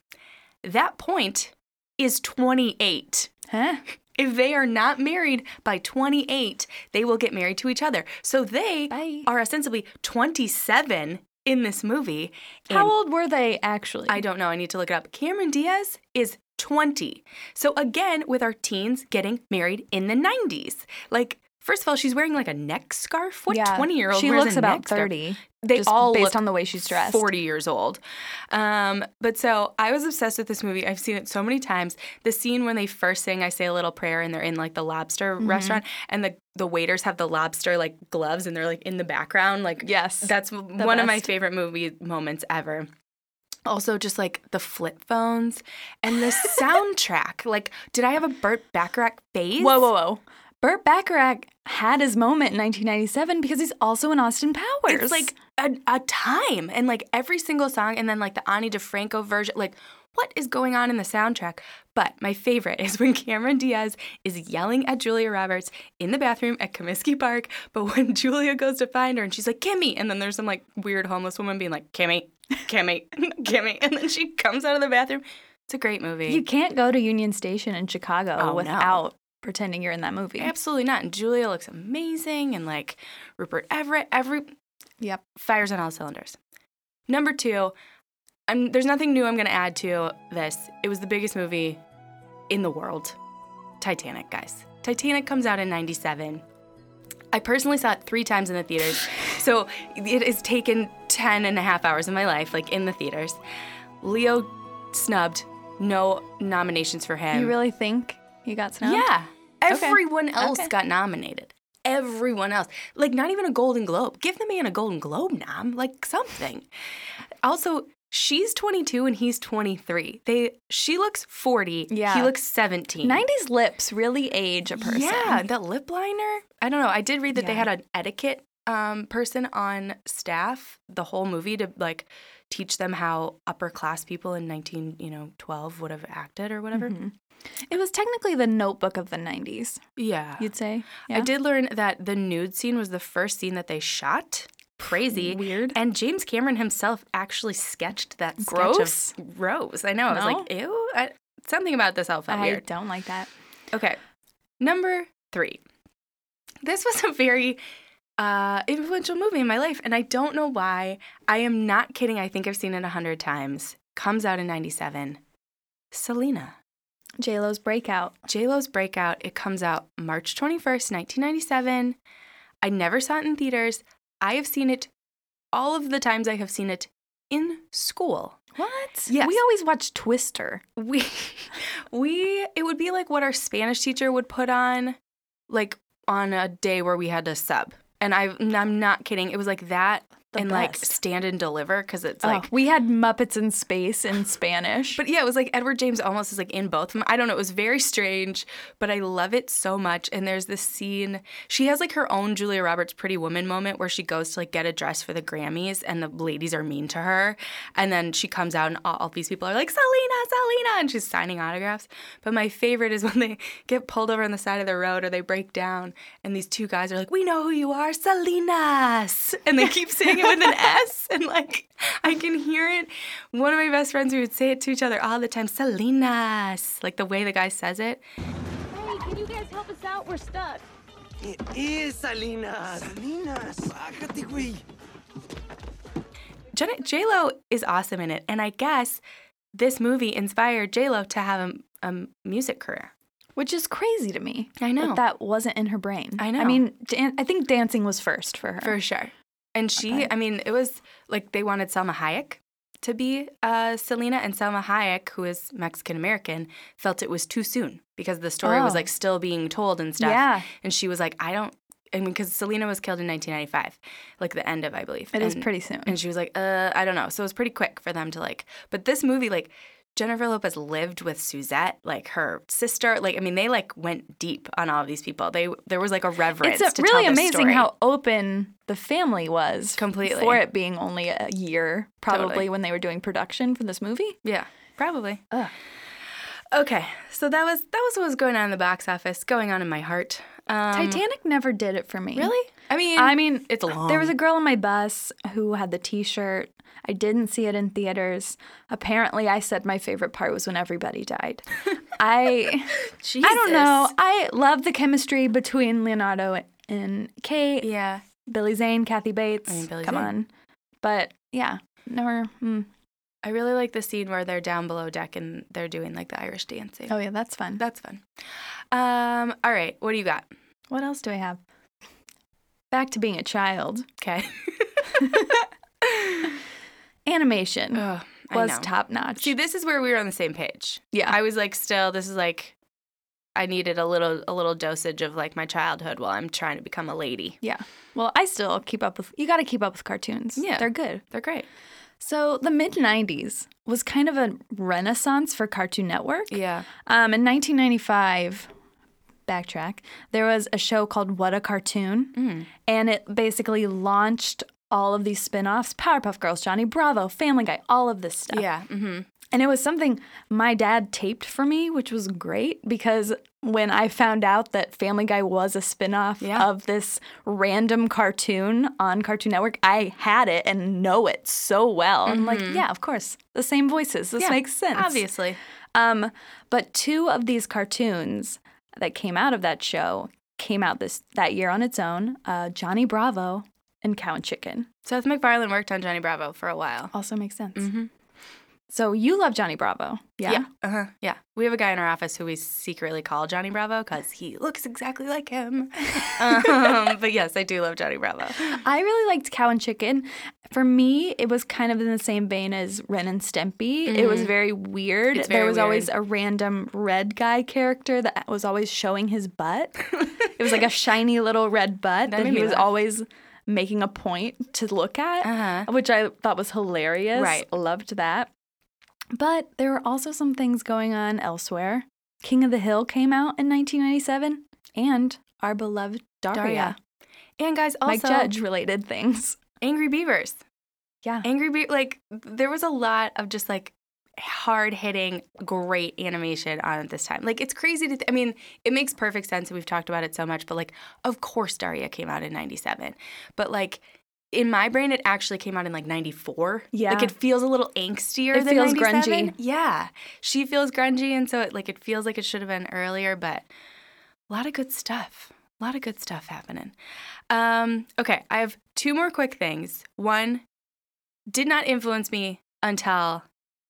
That point is 28.
Huh?
If they are not married by 28, they will get married to each other. So they
Bye.
are ostensibly 27 in this movie.
How
and
old were they actually?
I don't know. I need to look it up. Cameron Diaz is 20. So again, with our teens getting married in the 90s. Like, first of all, she's wearing like a neck scarf. What 20 year old
She
wears
looks
a
about
neck scarf?
30.
They
just
all
based
look
on the way she's dressed.
40 years old. Um, but so I was obsessed with this movie. I've seen it so many times. The scene when they first sing I Say a Little Prayer and they're in like the lobster
Mm-hmm.
restaurant and the, the waiters have the lobster like gloves and they're like in the background. Like,
Yes.
That's one of my
best.
favorite movie moments ever. Also, just like the flip phones and the soundtrack. Like, did I have a Burt Bacharach phase?
Whoa, whoa, whoa. Burt Bacharach had his moment in 1997 because he's also in Austin Powers.
It's like a, a time and like every single song, and then like the Ani DeFranco version. Like, what is going on in the soundtrack? But my favorite is when Cameron Diaz is yelling at Julia Roberts in the bathroom at Comiskey Park. But when Julia goes to find her and she's like, Kimmy. And then there's some like weird homeless woman being like, Kimmy, Kimmy, Kimmy. And then she comes out of the bathroom. It's a great movie.
you can't go to Union Station in Chicago
Oh, no.
without pretending you're in that movie.
Absolutely not. And Julia looks amazing. And like Rupert Everett, every
Yep.
fires on all cylinders. Number two, I'm, there's nothing new I'm going to add to this. It was the biggest movie in the world Titanic, guys. Titanic comes out in 97. I personally saw it three times in the theaters. so it has taken 10 and a half hours of my life, like in the theaters. Leo snubbed, no nominations for him.
You really think you got snubbed?
Yeah.
Okay.
Everyone else
Okay.
got nominated. Everyone else. Like, not even a Golden Globe. Give the man a Golden Globe nom, like something. Also, she's 22 and he's 23. They, she looks 40.
Yeah.
He looks 17.
90s lips really age a person.
Yeah, that lip liner. I don't know. I did read that they
Yeah.
had an etiquette um, person on staff the whole movie to like teach them how upper class people in 19, you know, 12 would have acted or whatever.
Mhm. It was technically the notebook of the 90s,
Yeah.
you'd say.
I did learn that the nude scene was the first scene that they shot. Crazy.
Weird.
And James Cameron himself actually sketched that
Gross?
sketch of Rose. I know. I was
No?
like, ew. I, something about this all felt
I
weird.
don't like that.
Okay. Number three. This was a very uh, influential movie in my life, and I don't know why. I am not kidding. I think I've seen it a hundred times. Comes out in 97. Selena.
JLo's breakout.
JLo's Breakout. It comes out March 21st, 1997. I never saw it in theaters. I have seen it all of the times I have seen it in school.
What?
Yes.
We always watch Twister.
We we it would be like what our Spanish teacher would put on like on a day where we had to sub. And I I'm not kidding. It was like that
The
and like
best. Oh,
stand and deliver cuz it's
Like
like
we had Muppets in Space in Spanish.
But yeah, it was like Edward James almost is like in both of them. I don't know. It was very strange, but I love it so much. And there's this scene. She has like her own Julia Roberts Pretty Woman moment where she goes to like get a dress for the Grammys and the ladies are mean to her. And then she comes out and all, all these people are like, Selena, Selena. And she's signing autographs. But my favorite is when they get pulled over on the side of the road or they break down and these two guys are like, We know who you are, Selena's. And they keep saying it with an S. And like, I can hear it. One of my best friends, we would say it to each other all the time, Selena's. Like the way the guy says it.
Hey, can you guys help us out? We're stuck.
It is Salinas. Salinas. Eh, Bájate, güey.
Jen- J-Lo is awesome in it. And I guess this movie inspired J-Lo to have a, a music career.
Which is crazy to me.
I know.
But that wasn't in her brain.
I
I
know.
mean, dan- I think dancing was first for her.
For sure. And she, I mean, it was like they wanted Selma Hayek to be uh, Selena and Selma Hayek, who is Mexican American, felt it was too soon because the story was
Oh.
like still being told and stuff.
Yeah.
And she was like, I don't. I mean, because Selena was killed in 1995, like the end of, I believe.
It
It
is
is
pretty soon.
And she was like, uh, I don't know. So it was pretty quick for them to like. But this movie, like, Jennifer Lopez lived with Suzette, like her sister. Like, I mean, they like went deep on all of these people. They there was like a reverence.
It's
to
a, really
tell this
amazing
story.
how open the family was
Completely.
for it being only a year, probably
Totally.
when they were doing production for this movie.
Yeah, probably. Okay, so that was that was what was going on in the box office, going on in my heart. Um,
Titanic never did it for me.
Really? I mean,
I mean,
it's long.
There was a girl on my bus who had the T-shirt. I didn't see it in theaters. Apparently, I said my favorite part was when everybody died. I, I don't know. I love the chemistry between Leonardo and Kate,
Yeah,
Billy Zane, Kathy Bates.
I mean, Billy
Come
Zane.
on, but yeah, never. Mm.
I really like the scene where they're down below deck and they're doing like the Irish dancing.
Oh yeah, that's fun.
That's fun. Um, all right, what do you got?
What else do I have? Back to being a child.
Okay.
Animation
Ugh, Oh, I
was
know.
top notch.
See, this is where we were on the same page.
Yeah.
I was like, still, this is like, I needed a little a little dosage of like my childhood while I'm trying to become a lady.
Yeah. Well, I still keep up with, you got to keep up with cartoons.
Yeah.
They're good.
They're great.
So the mid 90s was kind of a renaissance for Cartoon Network.
Yeah.
Um, in 1995, backtrack, there was a show called What a Cartoon,
Mm.
and it basically launched all of these spin offs Powerpuff Girls, Johnny Bravo, Family Guy, all of this stuff.
Yeah. Mm-hmm.
And it was something my dad taped for me, which was great because when I found out that Family Guy was a spinoff
Yeah.
of this random cartoon on Cartoon Network, I had it and know it so well. I'm like, yeah, of course. The same voices. This makes sense.
Mm-hmm. Obviously.
Um, but two of these cartoons that came out of that show came out this that year on its own, uh, Johnny Bravo and Cow and Chicken.
Seth MacFarlane worked on Johnny Bravo for a while.
Also makes sense.
Mm-hmm.
So you love Johnny Bravo.
Yeah. Uh-huh. Yeah. We have a guy in our office who we secretly call Johnny Bravo because he looks exactly like him. um, but yes, I do love Johnny Bravo.
I really liked Cow and Chicken. For me, it was kind of in the same vein as Ren and Stimpy. It was very weird.
Mm-hmm. It's
there
very
was always a random red guy character that was always showing his butt. it was like a shiny little red butt that,
made
he
me
was
laugh.
always making a point to look at,
Uh-huh.
which I thought was hilarious.
Right.
Loved that. But there were also some things going on elsewhere. King of the Hill came out in 1997 and our beloved Daria.
Daria. And guys, also
Mike Judge related things.
Angry Beavers.
Yeah.
Angry Beaver, like there was a lot of just like hard hitting, great animation on at this time. Like it's crazy to, th- I mean, it makes perfect sense, and we've talked about it so much. But like, of course, Daria came out in '97, but like. In my brain, it actually came out in like '94.
Yeah.
like it feels a little angstier.
It
than
feels
97.
grungy.
Yeah, she feels grungy, and so it like it feels like it should have been earlier. But a lot of good stuff. A lot of good stuff happening. Um, okay, I have two more quick things. One did not influence me until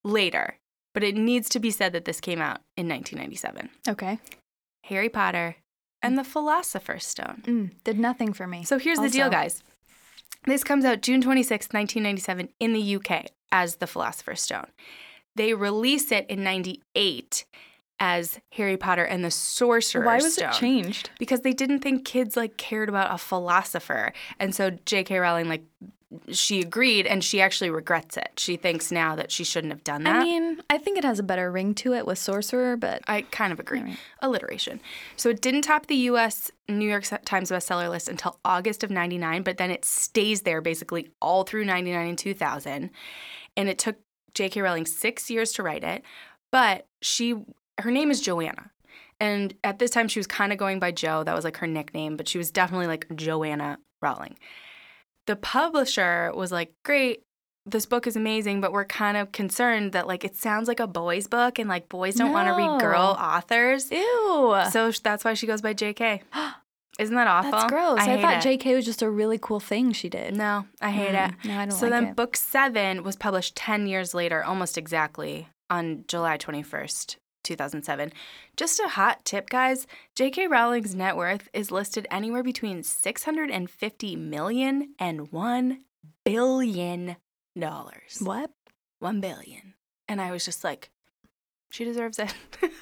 later, but it needs to be said that this came out in 1997.
Okay.
Harry Potter and the Philosopher's Stone.
Mm, did nothing for me.
So here's the deal,
Also-
guys. This comes out June 26, 1997, in the UK as the Philosopher's Stone. They release it in 98 as Harry Potter and the Sorcerer's
Why was
Stone
it changed?
because they didn't think kids like cared about a philosopher and so jk rowling like she agreed and she actually regrets it she thinks now that she shouldn't have done that
I mean, I think it has a better ring to it with Sorcerer, but
I kind of agree. Alliteration. So it didn't top the U.S. New York Times bestseller list until August of '99, but then it stays there basically all through '99 and 2000. And it took J.K. Rowling six years to write it, but she her name is Joanna. And at this time, she was kind of going by Joe. That was like her nickname, but she was definitely like Joanna Rowling. The publisher was like, "Great, this book is amazing, but we're kind of concerned that like it sounds like a boys' book, and like boys don't want to read girl authors.
ew.
So sh- that's why she goes by J.K. Isn't that awful?
That's gross. I,
hate
thought
it.
JK was just a really cool thing she did.
No, I hate
Mm,
it.
no, I don't
so
like
then
it.
book seven was published 10 years later, almost exactly, on July 21st, 2007. Just a hot tip, guys. J.K. Rowling's net worth is listed anywhere between 650 million and 1 billion dollars.
What?
one billion. And I was just like, she deserves it.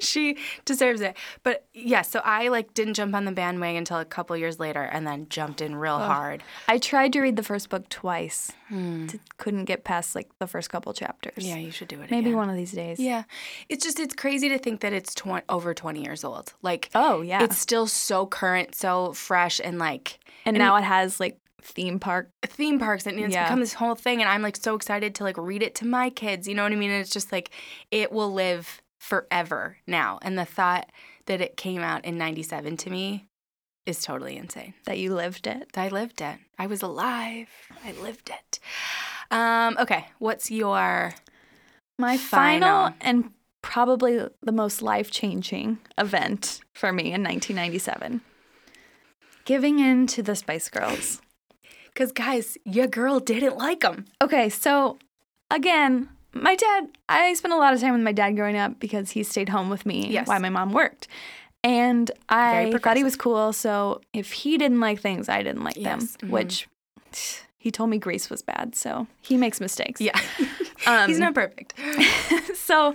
she deserves it. But yeah, so I like didn't jump on the bandwagon until a couple years later and then jumped in real hard.
I tried to read the first book twice. T- couldn't get past like the first couple chapters.
Yeah, you should do it
Maybe
again.
one of these days.
Yeah. It's just, it's crazy to think that it's tw- over 20 years old. Like,
Oh, yeah.
It's still so current, so fresh, and like
and now it has like theme park.
theme parks, and it's
Yeah.
become this whole thing. And I'm like so excited to like read it to my kids. You know what I mean? And it's just like, it will live forever now. And the thought that it came out in 97 to me is totally insane.
that you lived it.
I lived it. I was alive. I lived it. Um, okay. What's your.
My
Final.
final and probably the most life changing event for me in 1997 giving in to the Spice Girls.
Because, guys, your girl didn't like them.
Okay, so again, my dad, I spent a lot of time with my dad growing up because he stayed home with me
Yes.
while my mom worked. And I thought he
progressive.
was cool. So if he didn't like things, I didn't like
Yes, mhm.
them, which he told me Greece was bad. So he makes mistakes.
Yeah.
Um,
He's not perfect.
so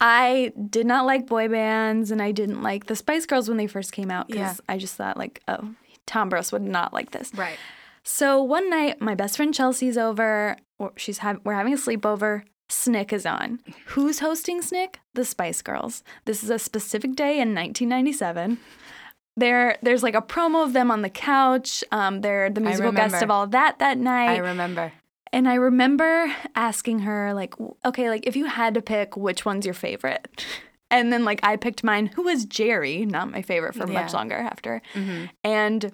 I did not like boy bands and I didn't like the Spice Girls when they first came out because
Yeah.
I just thought like, oh, Tom Brose would not like this.
Right.
So one night, my best friend Chelsea's over. or She's ha- we're having a sleepover. Snick is on. Who's hosting Snick? The Spice Girls. This is a specific day in 1997. There, there's like a promo of them on the couch. Um, they're the musical guest
remember.
of all that that night.
I remember.
And I remember asking her, like, w- okay, like if you had to pick, which one's your favorite? And then like I picked mine, who was Jerry, not my favorite for much
Yeah. Mm-hmm.
longer after. And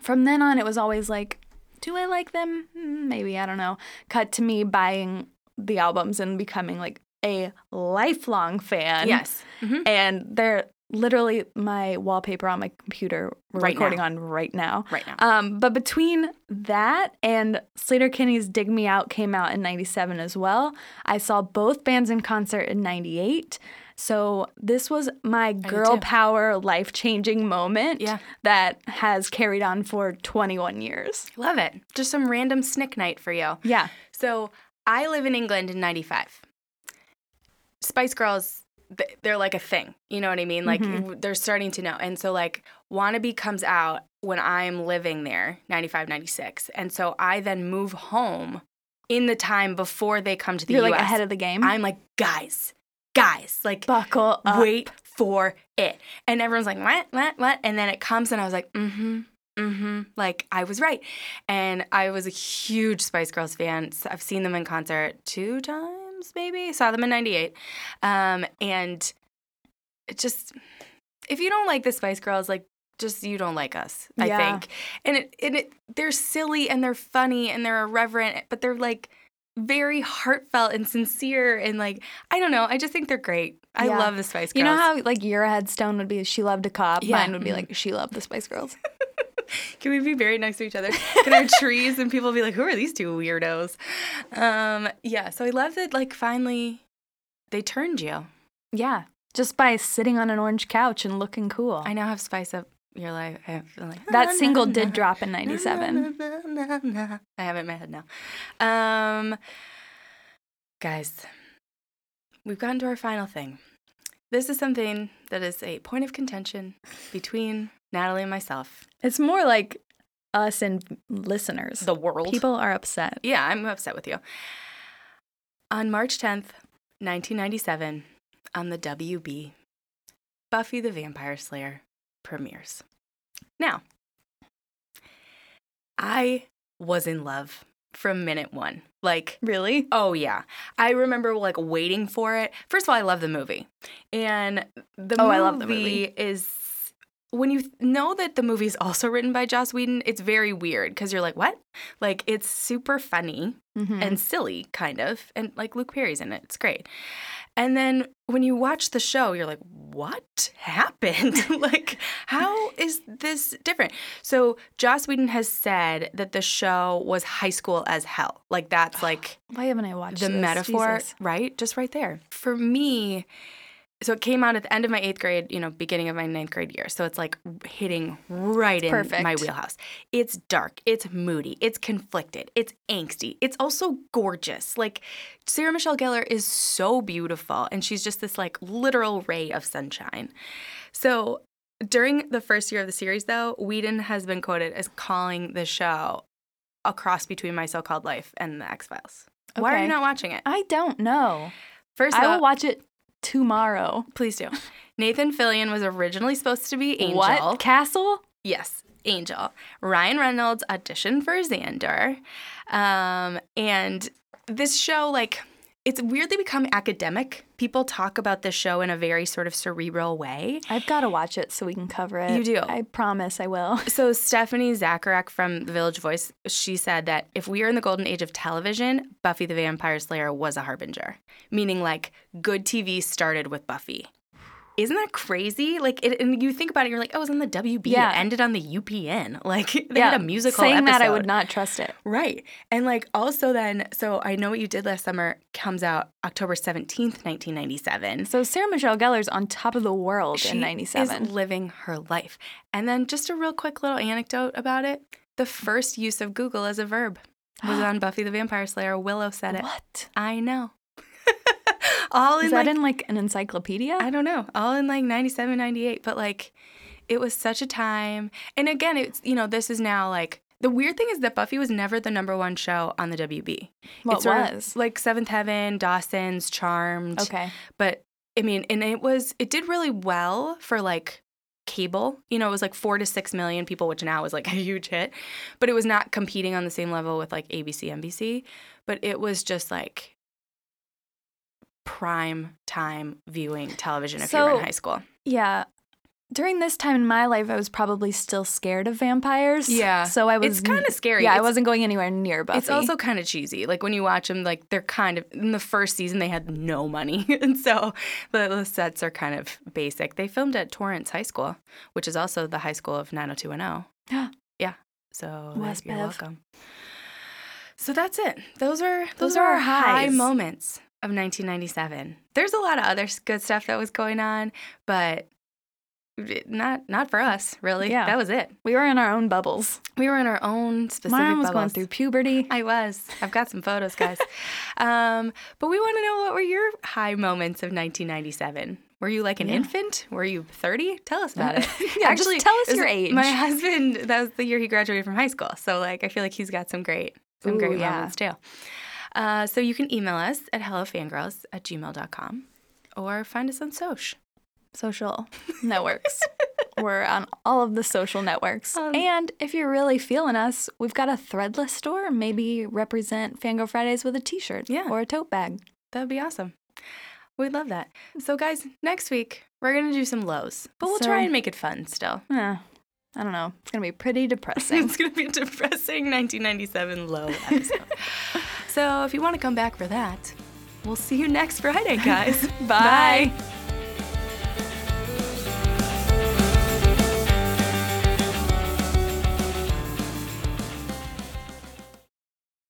from then on, it was always like, do I like them? Mm, Maybe I don't know. Cut to me buying the albums and becoming like a lifelong fan.
Yes.
And they're literally my wallpaper on my computer. We're
Right
recording
now.
on right now.
Right now.
Um, but between that and Slater Kinney's Dig Me Out came out in 97 as well. I saw both bands in concert in 98. So this was my girl
too.
power life changing moment
Yeah.
that has carried on for 21 years.
Love it. Just some random snick night for you.
Yeah.
So I live in England in 95. Spice Girls, th- they're like a thing. You know what I mean? Like
Mm-hmm.
w- they're starting to know. And so, like, Wannabe comes out when I'm living there, 95, 96. And so I then move home in the time before they come to the
You're
US.
like ahead of the game.
I'm like, guys, guys, like,
Buckle up.
wait for it. And everyone's like, what, what, what? And then it comes, and I was like, mm hmm, mm hmm. Like, I was right. And I was a huge Spice Girls fan. So I've seen them in concert two times, maybe. Saw them in 98. Um, and it just, if you don't like the Spice Girls, like, just you don't like us, I
Yeah.
think. And it, and it, they're silly and they're funny and they're irreverent, but they're like very heartfelt and sincere and like I don't know. I just think they're great. I
Yeah.
love the Spice Girls.
You know how like your headstone would be she loved a cop,
Yeah.
mine would be
Mhm.
like she loved the Spice Girls.
Can we be buried next to each other in our trees and people be like, who are these two weirdos? Um, yeah, so I love that like finally they turned you.
yeah. Just by sitting on an orange couch and looking cool.
I now have Spice up your life. I feel like "Ah,
that single did drop in 97.
I have it in my head now. Um, guys, we've gotten to our final thing. This is something that is a point of contention between Natalie and myself.
It's more like us and listeners.
world.
People are upset.
Yeah, I'm upset with you. On March 10th, 1997, on the WB, Buffy the Vampire Slayer premieres. Now, I was in love from minute one. Like,
Really?
Oh yeah, I remember like waiting for it. First of all, I love the movie, and the
Oh,
movie
I love the movie.
is when you th- know that the movie is also written by Joss Whedon. It's very weird because you're like, what? Like it's super funny
Mm-hmm.
and silly, kind of, and like Luke Perry's in it. It's great. And then when you watch the show, you're like, what happened? like, how is this different? So Joss Whedon has said that the show was high school as hell. Like that's like
Why haven't I watched
the
this?
metaphor,
Jesus.
right? Just right there. For me, so it came out at the end of my eighth grade, you know, beginning of my ninth grade year. So it's like hitting right in
perfect.
my wheelhouse. It's dark, it's moody, it's conflicted, it's angsty, it's also gorgeous. Like Sarah Michelle Gellar is so beautiful, and she's just this like literal ray of sunshine. So during the first year of the series, though, Whedon has been quoted as calling the show a cross between My So Called Life and The X Files. Why are
Okay.
you not watching it?
I don't know.
First,
I
though,
will watch it tomorrow.
Please do. Nathan Fillion was originally supposed to be Angel.
What? Castle?
Yes, Angel. Ryan Reynolds auditioned for Xander. Um, and this show, like, it's weirdly become academic. People talk about this show in a very sort of cerebral way.
I've got to watch it so we can cover it.
You do.
I promise I will.
So Stephanie Zacharek from The Village Voice, she said that if we are in the golden age of television, Buffy the Vampire Slayer was a harbinger, meaning like good TV started with Buffy. Isn't that crazy? Like, it, and you think about it, you're like, oh, it was on the WB.
Yeah.
It ended on the UPN. Like, they had a musical
Saying that, I
episode.
would not trust it.
Right. And like also then, so I Know What You Did Last Summer comes out October 17th, 1997.
So Sarah Michelle Gellar's on top of the world
She
in
is
'97.
living her life. And then just a real quick little anecdote about it. The first use of Google as a verb was on Buffy the Vampire Slayer. Willow said it.
What?
I know. All in
Is
like
that in like an encyclopedia?
I don't know. All in like 97, 98. But like, it was such a time. And again, it's, you know, this is now like, the weird thing is that Buffy was never the number one show on the WB.
What
It's sort of
was?
like Seventh Heaven, Dawson's, Charmed.
okay.
But I mean, and it was, it did really well for like cable. You know, it was like four to six million people, which now is like a huge hit. But it was not competing on the same level with like ABC, NBC. But it was just like prime time viewing television if you were
So-
in high school.
Yeah. During this time in my life, I was probably still scared of vampires.
Yeah.
So I was.
It's kinda scary.
Yeah, I
It's-
wasn't going anywhere near Buffy.
It's also kind of cheesy. Like when you watch them, like they're kind of in the first season they had no money, and so the, the sets are kind of basic. They filmed at Torrance High School, which is also the high school of 90210. yeah. So there-
West
you're
Bev.
welcome. So that's it. Those are those,
Those
are
are
our
our
high
highs.
moments of 1997. There's a lot of other s- good stuff that was going on, but it- not not for us really.
Yeah.
That was it.
we were in our own bubbles.
We were in our own specific
Mine was going
bubbles.
through puberty.
I was. I've got some photos, guys. um, but we want to know what were your high moments of 1997? Were you like an infant? Were you 30? Tell us about it.
Yeah, just tell us
it was-
your age.
My husband, that was the year he graduated from high school. So like I feel like he's got some great some
Ooh,
great
yeah.
moments too. Uh, so you can email us at hellofangirls at gmail.com or find us on Soch.
social networks. We're on all of the social networks.
Um,
and if you're really feeling us, we've got a threadless store. Maybe represent Fangirl Fridays with a t shirt
Yeah.
or a tote bag.
That would be awesome. We'd love that. So guys, next week we're gonna do some lows. But we'll
So-
try and make it fun still.
Eh, I don't know. It's going to be pretty depressing.
It's going to be a depressing 1997 low episode. so if you want to come back for that, we'll see you next Friday, guys.
Bye.